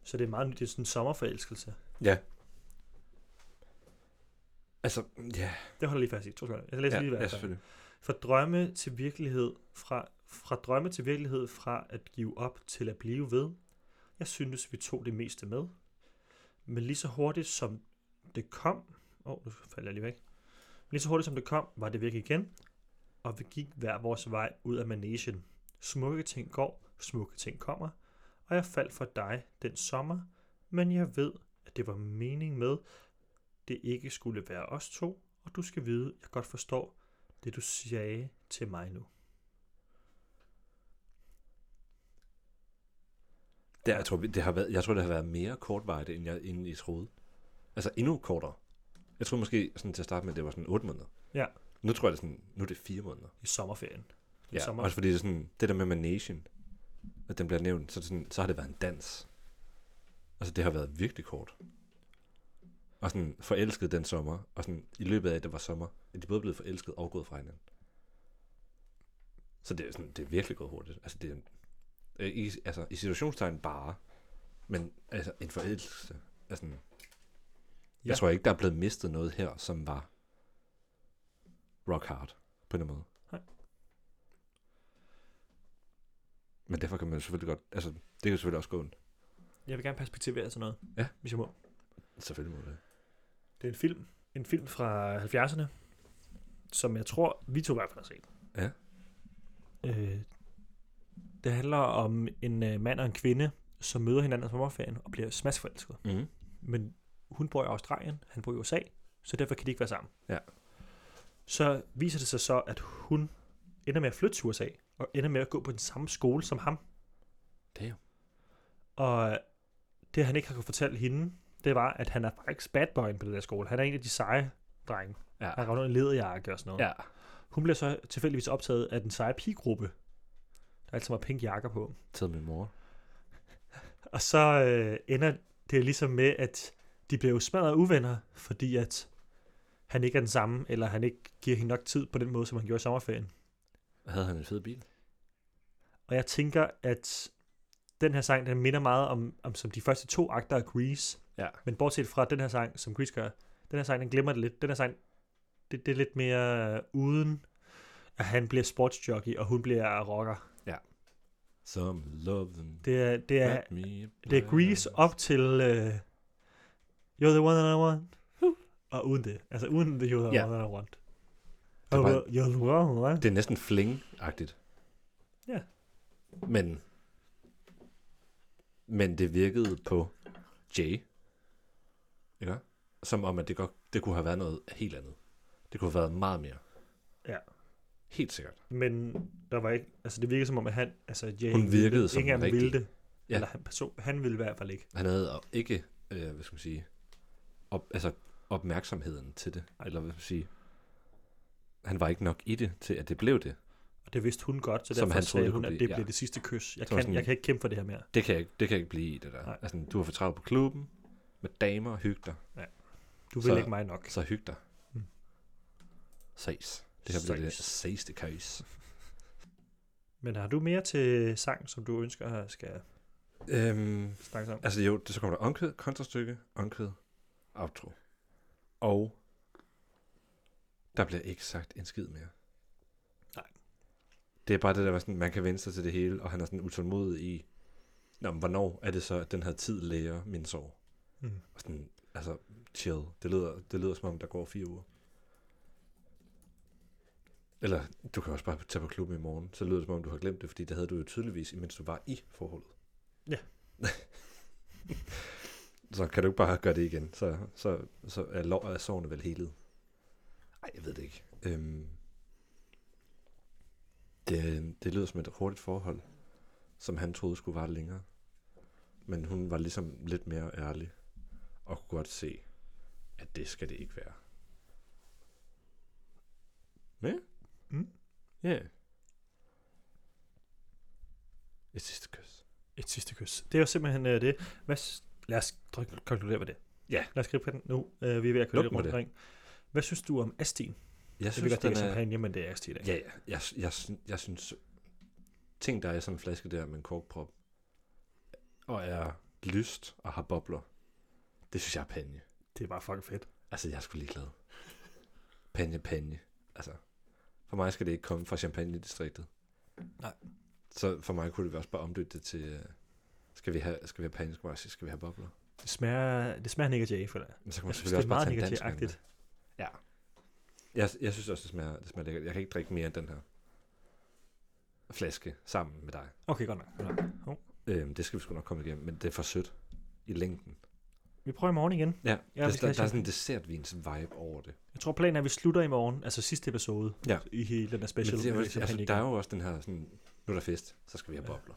F: Så det er meget nyt, det er sådan en sommerforelskelse.
D: Ja. Altså, ja.
F: Det holder jeg lige fast i, to sekunder. Jeg læser ja,
D: ja,
F: lige hvad
D: ja,
F: ja,
D: selvfølgelig.
F: Fra drømme til virkelighed, fra, fra drømme til virkelighed, fra at give op til at blive ved. Jeg synes, vi tog det meste med. Men lige så hurtigt som det kom, åh, oh, nu falder jeg lige væk. Men lige så hurtigt som det kom, var det væk igen, og vi gik hver vores vej ud af manesien. Smukke ting går, smukke ting kommer, og jeg faldt for dig den sommer, men jeg ved, at det var mening med, det ikke skulle være os to, og du skal vide, jeg godt forstår, det du sagde til mig nu.
D: Det, jeg, tror, vi- det har været, jeg tror, det har været mere kortvarigt, end jeg, end I troede. Altså endnu kortere. Jeg tror måske sådan, til at starte med, det var sådan 8 måneder.
F: Ja.
D: Nu tror jeg, det er sådan, nu er det 4 måneder.
F: I sommerferien.
D: Ja,
F: sommer.
D: sommer. også fordi det, er sådan, det der med Manation, at den bliver nævnt, så, er det sådan, så har det været en dans. Altså, det har været virkelig kort. Og sådan forelsket den sommer, og sådan i løbet af, at det var sommer, er de både blevet forelsket og gået fra hinanden. Så det er, sådan, det er virkelig gået hurtigt. Altså, det er, øh, i, altså, i situationstegn bare, men altså, en forelskelse. Altså, ja.
F: Ja.
D: Jeg tror ikke, der er blevet mistet noget her, som var rock hard, på en måde. Men derfor kan man jo selvfølgelig godt, altså det kan jo selvfølgelig også gå ondt.
F: Jeg vil gerne perspektivere sådan noget.
D: Ja.
F: Hvis jeg må.
D: Selvfølgelig må det.
F: Det er en film. En film fra 70'erne, som jeg tror, vi to i hvert fald har set.
D: Ja.
F: Øh, det handler om en øh, mand og en kvinde, som møder hinanden om sommerferien og bliver smaskforelsket.
D: Mm.
F: Men hun bor i Australien, han bor i USA, så derfor kan de ikke være sammen.
D: Ja.
F: Så viser det sig så, at hun ender med at flytte til USA, og ender med at gå på den samme skole som ham.
D: Det er jo.
F: Og det, han ikke har kunnet fortælle hende, det var, at han er faktisk bad boyen på den der skole. Han er en af de seje drenge.
D: Ja.
F: Han revner en lederjakke og sådan noget.
D: Ja.
F: Hun bliver så tilfældigvis optaget af den seje pigegruppe, der altid var pink jakker på.
D: Til min mor.
F: Og så øh, ender det ligesom med, at de bliver jo smadret uvenner, fordi at han ikke er den samme, eller han ikke giver hende nok tid på den måde, som han gjorde i sommerferien.
D: Havde han en fed bil?
F: Og jeg tænker, at den her sang, den minder meget om, om som de første to akter af Grease.
D: Ja.
F: Men bortset fra den her sang, som Grease gør, den her sang, den glemmer det lidt. Den her sang, det, det er lidt mere øh, uden, at han bliver sportsjockey, og hun bliver rocker.
D: Some love them.
F: Det er, det er,
D: Let me
F: øh, det er Grease op til... Øh, You're the one that I want. Og uden det. Altså uden det, you're the
D: Ja.
F: one that I want.
D: Det er bare-
F: You're the one, right?
D: Det er næsten fling-agtigt.
F: Ja.
D: Men, men det virkede på Jay, ikke? som om, at det, godt, det kunne have været noget helt andet. Det kunne have været meget mere.
F: Ja.
D: Helt sikkert.
F: Men der var ikke, altså det virkede som om, at han, altså Jay,
D: Hun virkede
F: ville-
D: som
F: ikke engang
D: den
F: ville
D: rigtige.
F: det.
D: Ja.
F: Ja. Eller han, person, han ville i hvert fald ikke.
D: Han havde og- ikke, øh, hvad skal man sige, op, altså opmærksomheden til det. Eller hvad skal man sige, han var ikke nok i det, til at det blev det.
F: Og det vidste hun godt,
D: Som
F: så
D: han
F: derfor han
D: troede,
F: sagde
D: det
F: hun,
D: kunne
F: at det
D: blive,
F: bliver
D: ja.
F: det sidste kys. Jeg
D: Så var
F: kan,
D: sådan-
F: jeg kan ikke kæmpe for det her mere.
D: Det kan jeg ikke, det kan jeg ikke blive i, det der.
F: Nej.
D: Altså, du har for travlt på klubben, med damer og hygge dig.
F: Du
D: Så-
F: vil ikke mig nok.
D: Så hyg dig.
F: Mm.
D: Ses. Det her bliver det
F: Ses.
D: sejste case.
F: Men har du mere til sang, som du ønsker at skal
D: Øhm,
F: snakke om?
D: altså jo, det, så kommer der onkød, kontrastykke, onkød, outro. Og der bliver ikke sagt en skid mere.
F: Nej.
D: Det er bare det der, var sådan, man kan vende sig til det hele, og han er sådan utålmodig i, Nå, men hvornår er det så, at den her tid læger min sorg?
F: Mm.
D: Og sådan, altså, chill. Det lyder, det lyder som om, der går fire uger. Eller du kan også bare tage på klubben i morgen, så lyder det som om, du har glemt det, fordi det havde du jo tydeligvis, imens du var i forholdet.
F: Ja.
D: så kan du ikke bare gøre det igen, så, så, så er, lov, er sårene vel helet. Nej, jeg ved det ikke. Øhm, det, det lyder som et hurtigt forhold, som han troede skulle vare længere. Men hun var ligesom lidt mere ærlig, og kunne godt se, at det skal det ikke være.
F: Mm?
D: Ja. Yeah. Et sidste kys.
F: Et sidste kys. Det er jo simpelthen øh, det. Hvad, s- lad os dryk- konkludere med det.
D: Ja.
F: Lad os gribe på den nu. Øh, vi er ved at køre
D: Luk
F: lidt
D: mig
F: rundt
D: det.
F: omkring. Hvad synes du om Astin?
D: Jeg
F: Jeg synes, det er
D: den er...
F: champagne, men det er Asti i dag.
D: Ja, ja. Jeg, jeg, syn- jeg synes, ting, der er som en flaske der med en korkprop, og er lyst og har bobler, det synes jeg er panje.
F: Det er bare fucking fedt.
D: Altså, jeg er sgu ligeglad. Panje, panje. Altså, for mig skal det ikke komme fra Champagne-distriktet.
F: Nej.
D: Så for mig kunne det også bare omdøbe det til, øh, skal vi have, skal vi have panje, skal vi have- skal vi have bobler?
F: Det smager, det smager Nick Jay, føler jeg.
D: Men så kan man
F: Jeg
D: selvfølgelig
F: synes, det er
D: også bare
F: meget
D: tage en dansk
F: Nick
D: med.
F: Jay-agtigt.
D: Jeg, jeg synes også, det smager, det smager lækkert. Jeg kan ikke drikke mere end den her flaske sammen med dig.
F: Okay, godt nok. godt nok.
D: Øhm, det skal vi sgu nok komme igennem, men det er for sødt i længden.
F: Vi prøver i morgen igen.
D: Ja, ja
F: vi
D: der,
F: skal
D: der,
F: have
D: der er sådan
F: champagne.
D: en dessertvins vibe over det.
F: Jeg tror, planen er, at vi slutter i morgen, altså sidste episode
D: Ja.
F: i hele den her
D: Men
F: special.
D: det er, jo-
F: med
D: altså,
F: champagne
D: der er
F: igen.
D: jo også den her sådan, nu er der fest, så skal vi have
F: Ja.
D: bobler.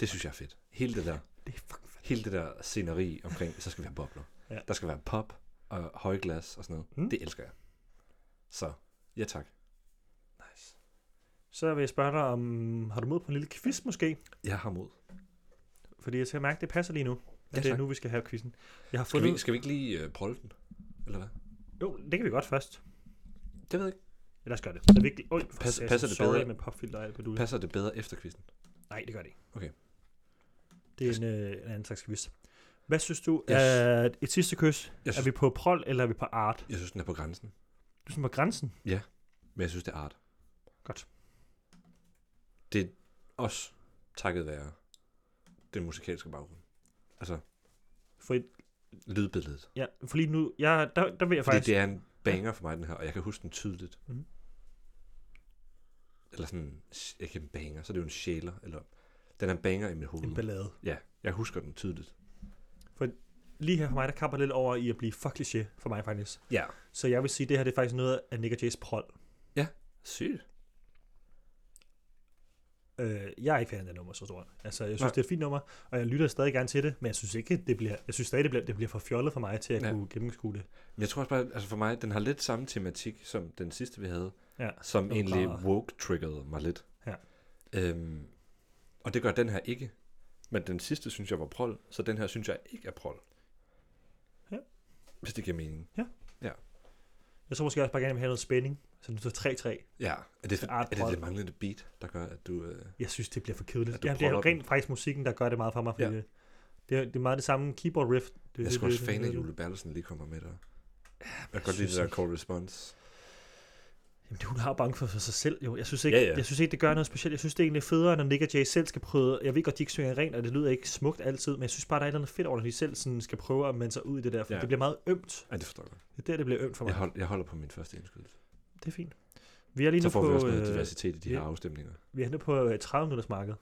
D: Det synes jeg er fedt. Hele det der,
F: Det er fucking fedt.
D: hele det der sceneri omkring, så skal vi have bobler.
F: Ja.
D: Der skal være pop og højglas og sådan noget.
F: Mm.
D: Det elsker jeg. Så, ja tak.
F: Nice. Så vil jeg spørge dig om, har du mod på en lille quiz måske?
D: Jeg har mod.
F: Fordi jeg skal mærke, at det passer lige nu. At
D: Ja,
F: det er
D: tak.
F: nu, vi skal have quizzen. Jeg har
D: Skal vi,
F: fundet...
D: skal vi ikke lige øh, prøve den? Eller hvad?
F: Jo, det kan vi godt først.
D: Det ved jeg ikke.
F: Ja, lad os gøre det. Så vi ikke... Øj, for
D: Mm. Pas-
F: satan,
D: passer det
F: sorry
D: bedre?
F: med popfilter og alt, hvad du...
D: Passer det bedre efter quizzen?
F: Nej, det gør det ikke.
D: Okay.
F: Det er en, øh, en anden slags quiz. Hvad synes du,
D: Jeg sy-
F: er et sidste kys,
D: Jeg
F: er
D: synes,
F: vi på prol, eller er vi på art?
D: jeg synes, den er på grænsen.
F: Du synes på grænsen.
D: Men jeg synes, det er art.
F: Godt.
D: Det er også takket være den musikalske baggrund. Altså,
F: For, i-
D: lydbilledet.
F: ja, for lige nu, ja, der, der vil jeg
D: Fordi
F: faktisk...
D: det er en banger for mig, den her, og jeg kan huske den tydeligt.
F: Mhm.
D: Eller sådan, ikke en banger, så er det jo en sjæler, eller den er en banger i mit
F: en
D: hoved.
F: ballade.
D: Ja, jeg husker den tydeligt.
F: Lige her for mig, der kapper lidt over i at blive for kliché for mig faktisk.
D: Ja.
F: Så jeg vil sige, at det her det er faktisk noget af Nick og Jays prol.
D: Sygt.
F: Øh, jeg er ikke fan af det nummer så stort. Altså, jeg synes,
D: Nej.
F: Nej. det er et fint nummer, og jeg lytter stadig gerne til det, men jeg synes ikke, det bliver, jeg synes stadig, det bliver, det bliver for fjollet for mig til at
D: Ja.
F: ja. kunne gennemskue det.
D: Men jeg tror også bare, altså for mig, den har lidt samme tematik som den sidste, vi havde,
F: Ja.
D: som
F: Nogle
D: egentlig
F: grader.
D: woke-triggerede mig lidt.
F: Ja.
D: Øhm, og det gør den her ikke. Men den sidste synes jeg var prol, så den her synes jeg ikke er prol.
F: Ja.
D: Hvis det giver mening.
F: Jeg tror måske også bare gerne, vil have noget spænding. Så nu står 3-3.
D: Ja, er det,
F: Så
D: er
F: art
D: det
F: prol.
D: det manglende beat, der gør, at du... Øh,
F: Jeg synes, det bliver for
D: Ja,
F: kedeligt.
D: du
F: Ja, det er
D: prøver
F: rent faktisk musikken, der gør det meget for mig, fordi
D: Ja.
F: ja. det, er, det er meget det samme keyboard riff. Det,
D: jeg er
F: det,
D: sgu
F: det-
D: også
F: det-
D: fan af
F: det-
D: Jule Bertelsen lige kommer med der. Jeg kan
F: jeg
D: godt lide
F: synes
D: det der
F: ikke-
D: call response.
F: Jamen, hun har bange for for sig selv, jo. Jeg synes, ikke,
D: Ja, ja.
F: jeg synes ikke, det gør noget specielt. Jeg synes, det er egentlig federe, når Nick og Jay selv skal prøve... Jeg ved godt, de ikke synger rent, og det lyder ikke smukt altid, men jeg synes bare, der er et eller andet fedt over, når de selv sådan skal prøve at mande sig ud i det der, for
D: Ja.
F: ja. det bliver meget ømt.
D: Ej, det forstår jeg godt.
F: Det er der, det bliver ømt for mig.
D: Jeg, hold, jeg holder på min første indskydelse.
F: Det er fint. Vi er lige nu
D: Så får
F: på,
D: vi også noget
F: øh,
D: diversitet i de her
F: ja.
D: afstemninger.
F: vi er henne på øh, 30 minutters marked.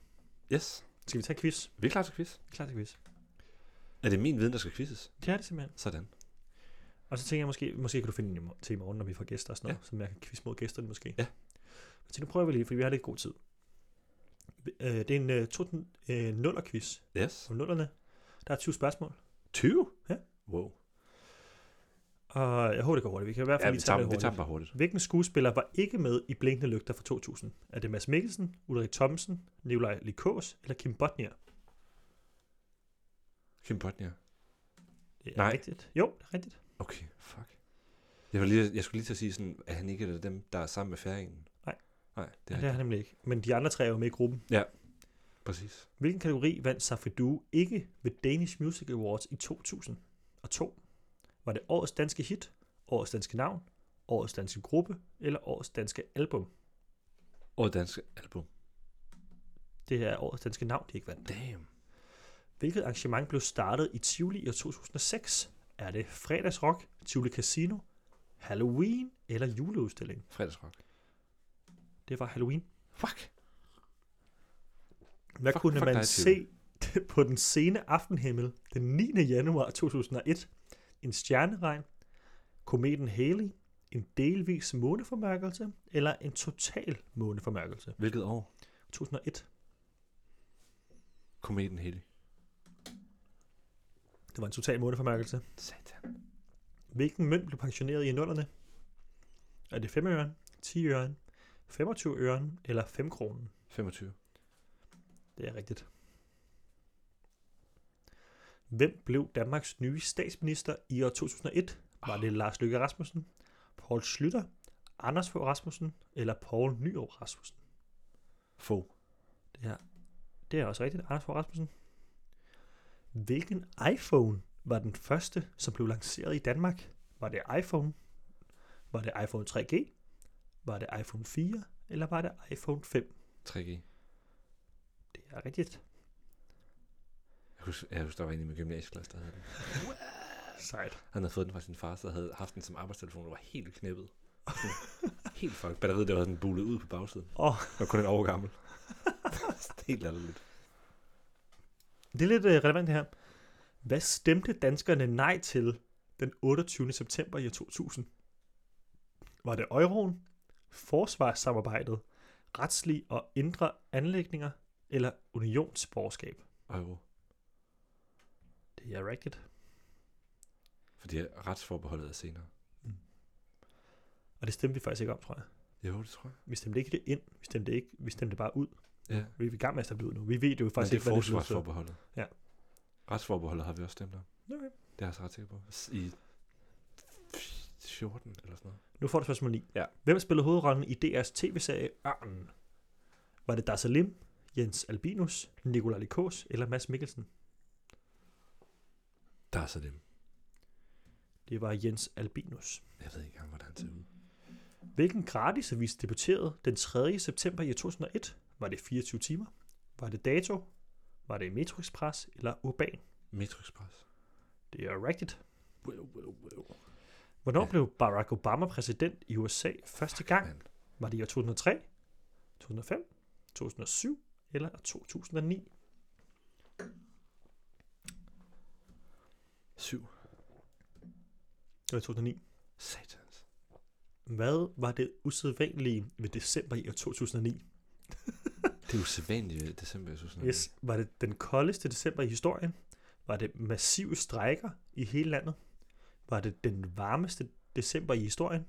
D: Yes.
F: Skal vi tage quiz?
D: Vi er klar til quiz.
F: Klar til quiz.
D: Er det min viden, der skal quizzes?
F: Det er det simpelthen.
D: Sådan.
F: Og så tænker jeg måske, måske kan du finde en i mor- til i morgen, når vi får gæster og sådan noget, ja. som jeg kan quiz mod gæsterne måske.
D: Ja.
F: Så nu prøver vi lige, fordi vi har lidt god tid. Øh, det er en øh, to, øh, nuller quiz
D: Yes.
F: om nullerne. Der er 20 spørgsmål,
D: 20?
F: Ja.
D: Wow.
F: og jeg håber, det går hurtigt. Vi kan i hvert
D: Ja,
F: fald ja,
D: vi
F: lige
D: tager,
F: tage det
D: dem- vi
F: hurtigt.
D: tager dem bare hurtigt.
F: Hvilken skuespiller var ikke med i Blinkende Lygter fra 2000? Er det Mads Mikkelsen, Ulrik Thomsen, Nikolaj Likås eller Kim Botnier?
D: Kim Bodnia.
F: Det er
D: Nej.
F: rigtigt. Jo, det er rigtigt.
D: Okay, fuck. Jeg, var lige, jeg skulle lige til at sige sådan, at han ikke er dem, der er sammen med færingen.
F: Nej.
D: Nej, det er
F: Ja, det er
D: han.
F: han nemlig ikke. Men de andre tre er jo med i gruppen.
D: Præcis.
F: Hvilken kategori vandt Safri Due ikke ved Danish Music Awards i 2002? Var det årets danske hit, årets danske navn, årets danske gruppe eller årets danske album?
D: Og dansk album.
F: Det er årets danske navn, de ikke vandt.
D: Damn.
F: Hvilket arrangement blev startet i Tivoli i år 2006? Er det fredagsrock, Tivoli Casino, Halloween eller juleudstilling?
D: Fredagsrock.
F: Det var Halloween.
D: Fuck.
F: Hvad
D: Fuck-
F: kunne
D: fuck
F: man
D: dig,
F: se <laughs> på den sene aftenhimmel den 9. januar 2001? En stjerneregn, kometen Halley, en delvis måneformørkelse eller en total måneformørkelse?
D: Hvilket år?
F: 2001,
D: Kometen Heli.
F: det var en total måneformørkelse.
D: Satan.
F: Hvilken mønt blev pensioneret i nullerne? Er det 5 øren, 10 øren, 25 øren eller 5 kronen?
D: 25.
F: Det er rigtigt. Hvem blev Danmarks nye statsminister i år 2001? Var det Lars Løkke Rasmussen, Poul Schlüter, Anders Fogh Rasmussen eller Poul Nyrup Rasmussen?
D: Få.
F: Det er, det er også rigtigt, Anders Fogh Rasmussen. Hvilken iPhone var den første, som blev lanceret i Danmark? Var det iPhone? Var det iPhone 3G? Var det iPhone 4? Eller var det iPhone 5?
D: 3G.
F: Det er rigtigt.
D: Jeg husker, jeg husker der var en i min gymnasieklasse, der havde den.
F: Sejt.
D: Han havde fået den fra sin far, så havde haft den som arbejdstelefon, og var helt
F: <laughs>
D: knippet. Sådan, helt fuck. Batteriet, der var sådan bulet ud på bagsiden.
F: Og
D: Jeg var kun en år
F: <laughs>
D: gammel. Sådan <laughs> helt latterligt.
F: Det er lidt øh, relevant det her. Hvad stemte danskerne nej til den 28. september i år 2000? Var det euroen, forsvarssamarbejdet, retslige og indre anlægninger eller unionsborgerskab?
D: Euro.
F: Det er rigtigt.
D: Fordi retsforbeholdet er senere.
F: Og det stemte vi faktisk ikke om, tror jeg.
D: Jo, det tror jeg.
F: Vi stemte ikke det ind, vi stemte, ikke, vi stemte bare ud.
D: Ja.
F: Vi er i gang med at stemme det ud nu. Vi ved det jo
D: Men
F: faktisk
D: det
F: ikke,
D: er
F: hvad det blev til.
D: forsvarsforbeholdet.
F: Ja.
D: Retsforbeholdet har vi også stemt om.
F: Okay.
D: Det er jeg så ret sikker på. S- I 14 eller sådan noget.
F: Nu får du spørgsmål 9.
D: Ja.
F: Hvem spillede hovedrollen i DR's tv-serie Ørnen? Var det Darsa Lim, Jens Albinus, Nikolaj Likås eller Mads Mikkelsen?
D: Der er så dem.
F: Det var Jens Albinus.
D: Jeg ved ikke engang, hvordan han ser ud.
F: Hvilken gratisavis debuterede den 3. september i 2001? Var det 24 timer? Var det Dato? Var det Metro Express eller Urban?
D: Metro Express.
F: Det er rigtigt.
D: Wow, wow, wow.
F: Hvornår
D: Ja.
F: ja. blev Barack Obama præsident i USA første gang?
D: mand.
F: Var det i år 2003, 2005, 2007 eller 2009?
D: 7.
F: Det var 2009.
D: Satans.
F: Hvad var det usædvanlige ved december i år 2009?
D: Det er usædvanligt i december, jeg synes. sådan
F: Yes. Var det den koldeste december i historien? Var det massive strejker i hele landet? Var det den varmeste december i historien?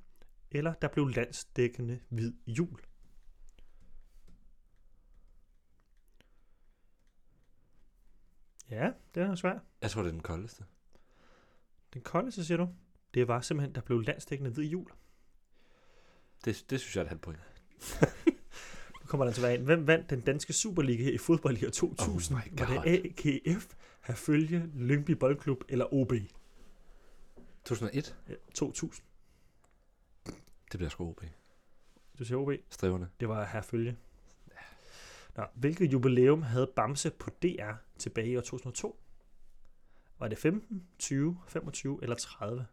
F: Eller der blev landsdækkende hvid jul? Ja, det er nok svært.
D: noget. Jeg tror, det er den koldeste.
F: Den koldeste, siger du? Det var simpelthen, der blev landsdækkende hvid jul.
D: Det, det synes jeg er et halvt point.
F: Nu kommer der altså tilbage ind. Hvem vandt den danske Superliga i fodbold i år 2000?
D: Oh my
F: var det
D: God.
F: AGF, Herfølge, Lyngby Boldklub eller OB?
D: 2001,
F: Ja, 2000.
D: det bliver sgu OB.
F: Du siger OB.
D: Striverne.
F: Det var herfølge. Nå, hvilket jubilæum havde Bamse på DR tilbage i år 2002? Var det 15, 20, 25 eller 30?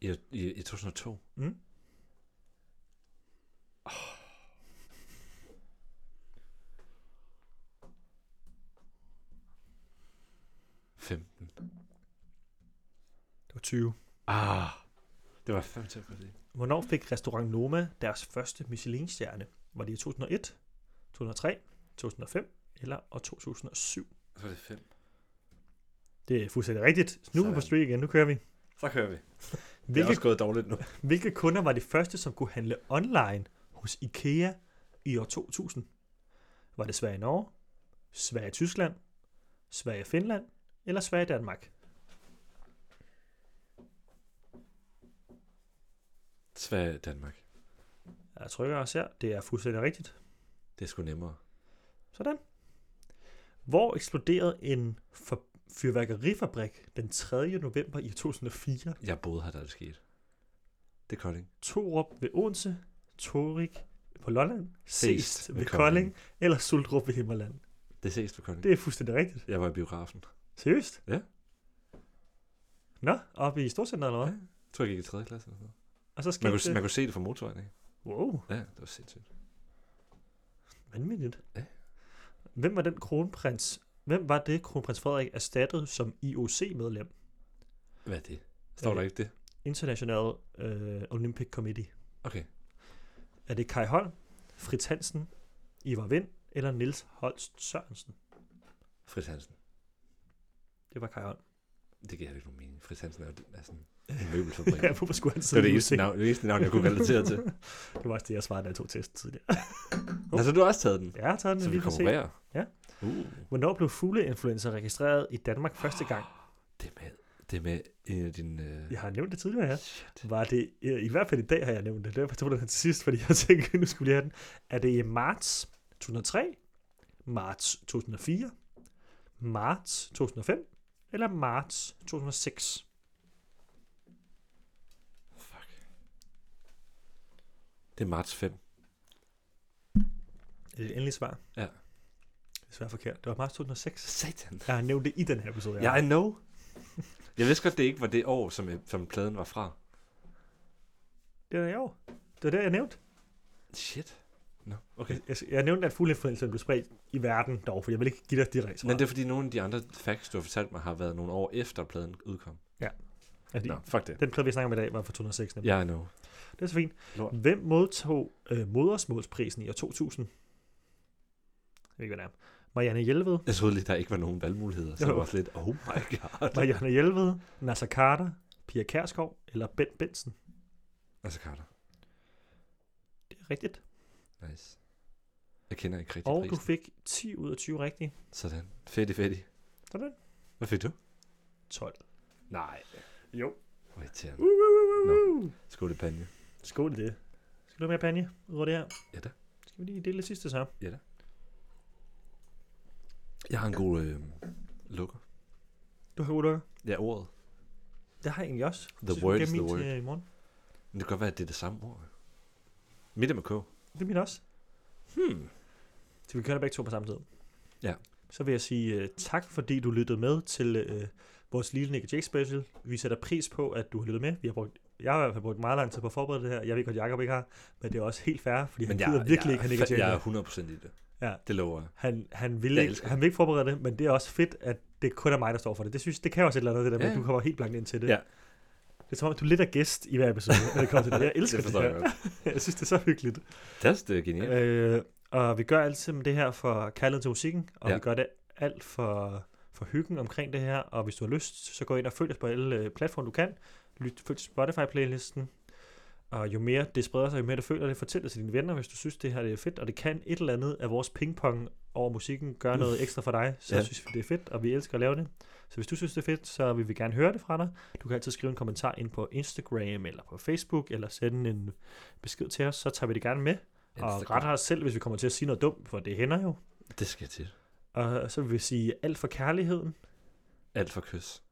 D: I, i, i 2002?
F: Mm.
D: Femten.
F: Det var 20.
D: Ah, det var fem til på det.
F: Hvornår fik Restaurant Noma deres første Michelin-stjerne? Var det i 2001, 2003, 2005 eller år 2007?
D: Så var det fem.
F: Det er fuldstændig rigtigt. Nu er vi på
D: Sådan.
F: streak igen, nu kører vi.
D: Så kører vi. Det er
F: Hvilke,
D: også gået dårligt nu.
F: hvilke kunder var de første, som kunne handle online hos IKEA i år 2000? Var det Sverige Norge, Sverige Tyskland, Sverige Finland eller Sverige Danmark?
D: Sverige, Danmark.
F: Jeg trykker os her. Det er fuldstændig rigtigt.
D: Det er sgu nemmere.
F: Sådan. Hvor eksploderede en for- fyrværkerifabrik den 3. november i 2004?
D: Jeg boede her, da det skete. Det er Kolding.
F: Torup ved Odense, Torik på Lolland,
D: Seest
F: Seest
D: ved
F: ved
D: Kolding.
F: Kolding eller Suldrup ved Himmerland.
D: Det ses ved Kolding. Det.
F: Det er fuldstændig rigtigt.
D: Jeg var i biografen.
F: Seriøst?
D: Ja.
F: Nå, oppe i Storcenteret eller hvad?
D: Ja. Jeg tror, jeg gik i 3. klasse eller sådan noget.
F: Og så
D: Man
F: skete
D: kunne,
F: det.
D: man kunne se det fra motorvejen, ikke?
F: Wow,
D: Ja, det var sindssygt.
F: vanvittigt.
D: Ja.
F: Hvem var den kronprins? Hvem var det, kronprins Frederik erstattede som IOC-medlem?
D: Hvad er det? Står
F: Ja.
D: der ikke det?
F: Øh, International øh, Olympic Committee.
D: Okay.
F: Er det Kai Holm, Fritz Hansen, Ivar Vind eller Nils Holst Sørensen?
D: Fritz Hansen.
F: Det var Kai Holm.
D: Det giver ikke nogen mening. Fritz Hansen er jo den- er
F: <laughs>
D: sådan en møbelfabrik.
F: Ja, hvorfor skulle han
D: det var
F: sidde
D: det
F: i
D: eneste
F: udsigt?
D: navn, det eneste navn, jeg kunne relatere til.
F: <laughs> Det var også det, jeg svarede, da jeg tog testen tidligere.
D: Altså, du har også taget den.
F: Ja, jeg tager den
D: Så vi
F: lige præcis.
D: konkurrerer.
F: Ja.
D: Uh.
F: Hvornår blev fugleinfluenza registreret i Danmark første gang?
D: Det er med, det er med en af dine... Øh...
F: Jeg har nævnt det tidligere, ja.
D: Shit.
F: Var det, i hvert fald i dag har jeg nævnt det, derfor tog jeg den til sidst, fordi <laughs> jeg tænkte, nu skulle jeg have den. Er det i marts 2003, marts 2004, marts 2005 eller marts 2006?
D: Fuck. Det er marts 5.
F: Er det et endeligt svar?
D: Ja.
F: Desværre forkert. Det var marts 2006.
D: Satan.
F: Jeg har nævnt det i den her episode.
D: Ja, I know. Jeg vidste godt, det ikke var det år, som, øh, som pladen var fra.
F: Det er i år. Det var det, jeg nævnte.
D: Shit. Nå, okay.
F: Jeg, jeg, jeg nævnte, at fugleinfluenzaen blev spredt i verden dog, for jeg vil ikke give dig direkte svar.
D: Men det er fordi, nogle af de andre facts, du har fortalt mig, har været nogle år efter pladen udkom.
F: Fordi
D: Nå, fuck det.
F: Den plade, vi snakker om i dag, var fra 2006. Nemlig.
D: Ja, I know.
F: Det er så fint.
D: Lort.
F: Hvem modtog øh, modersmålsprisen i år 2000? Jeg ved ikke, hvad det er. Marianne Hjelved,
D: Jeg troede lige, der ikke var nogen valgmuligheder, så
F: Jo.
D: det var lidt, oh my
F: <laughs>
D: god.
F: Marianne Hjelved, Nasser Carter, Pia Kærskov eller Bent Benson.
D: Altså, Carter.
F: Det er rigtigt.
D: Nice. Jeg kender ikke rigtig
F: Og
D: prisen.
F: du fik 10 ud af 20 rigtige.
D: Sådan. Fedt, fedt.
F: Sådan.
D: Hvad fik du?
F: 12.
D: Nej.
F: Jo.
D: Hvor irriterende.
F: Uh, uh, uh, uh. No.
D: Skål i panje.
F: Skål i det. Skal du have mere panje ud over det her?
D: Ja da.
F: Skal vi lige dele det sidste så?
D: Jeg har en god øh, lukker.
F: Du har ulykker.
D: Ja, ordet.
F: Det har jeg egentlig også.
D: The
F: Så du
D: word
F: gav
D: is the
F: min til
D: word.
F: øh, i morgen.
D: Men det kan godt være, at det er det samme ord. Midt med K.
F: Det er min også.
D: Hmm.
F: Så vi kører begge to på samme tid.
D: Ja.
F: Så vil jeg sige uh, tak, fordi du lyttede med til uh, vores lille Nick og Jake special. Vi sætter pris på, at du har lyttet med. Vi har brugt, jeg har i hvert fald brugt meget lang tid på at forberede det her. Jeg ved godt, Jacob ikke har, men det er også helt fair, fordi han gider virkelig ikke, han ikke
D: jeg,
F: Jake.
D: jeg
F: med.
D: er 100% i det.
F: Ja.
D: Det lover jeg.
F: Han, han, vil
D: Jeg
F: ikke,
D: elsker
F: han vil ikke forberede det, men det er også fedt, at det kun er mig, der står for det. Det, synes, det kan også et eller andet, det der med,
D: Ja.
F: at du kommer helt blankt ind til det.
D: Ja.
F: Det er som om, at du lidt er gæst i hver episode, når det kommer til det.
D: <laughs>
F: Jeg elsker det,
D: forstår
F: det her.
D: jeg godt.
F: Jeg synes, det er så hyggeligt.
D: Det er, det er genialt.
F: Øh, og vi gør altid med det her for kærlighed til musikken, og ja.
D: Ja.
F: vi gør det alt for, for hyggen omkring det her, og hvis du har lyst, så gå ind og følg os på alle øh, platforme, du kan. Lyt, følg Spotify-playlisten, og jo mere det spreder sig, jo mere du føler det, fortæl det til dine venner, hvis du synes, det her det er fedt, og det kan et eller andet af vores pingpong over musikken gøre noget ekstra for dig, så ja.
D: Ja.
F: synes vi, det er fedt, og vi elsker at lave det. Så hvis du synes, det er fedt, så vil vi gerne høre det fra dig. Du kan altid skrive en kommentar ind på Instagram eller på Facebook, eller sende en besked til os, så tager vi det gerne med. Og
D: Instagram.
F: retter os selv, hvis vi kommer til at sige noget dumt, for det hænder jo.
D: Det skal til.
F: Og så vil vi sige alt for kærligheden.
D: Alt for kys.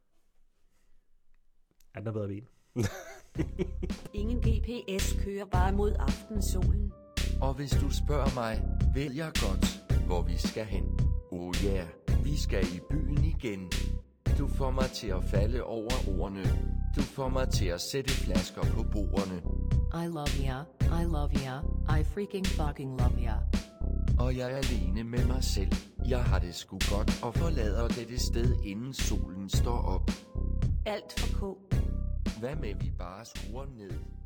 F: Er der bedre ved en?
C: Ingen GPS kører bare mod aftensolen.
A: Og hvis du spørger mig, ved jeg godt, hvor vi skal hen. Oh ja, yeah, vi skal i byen igen. Du får mig til at falde over ordene. Du får mig til at sætte flasker på bordene.
B: I love ya, I love ya, I freaking fucking love ya.
A: Og jeg er alene med mig selv. Jeg har det sgu godt og forlader dette sted, inden solen står op.
C: Alt for K.
A: Hvad med vi bare skruer ned?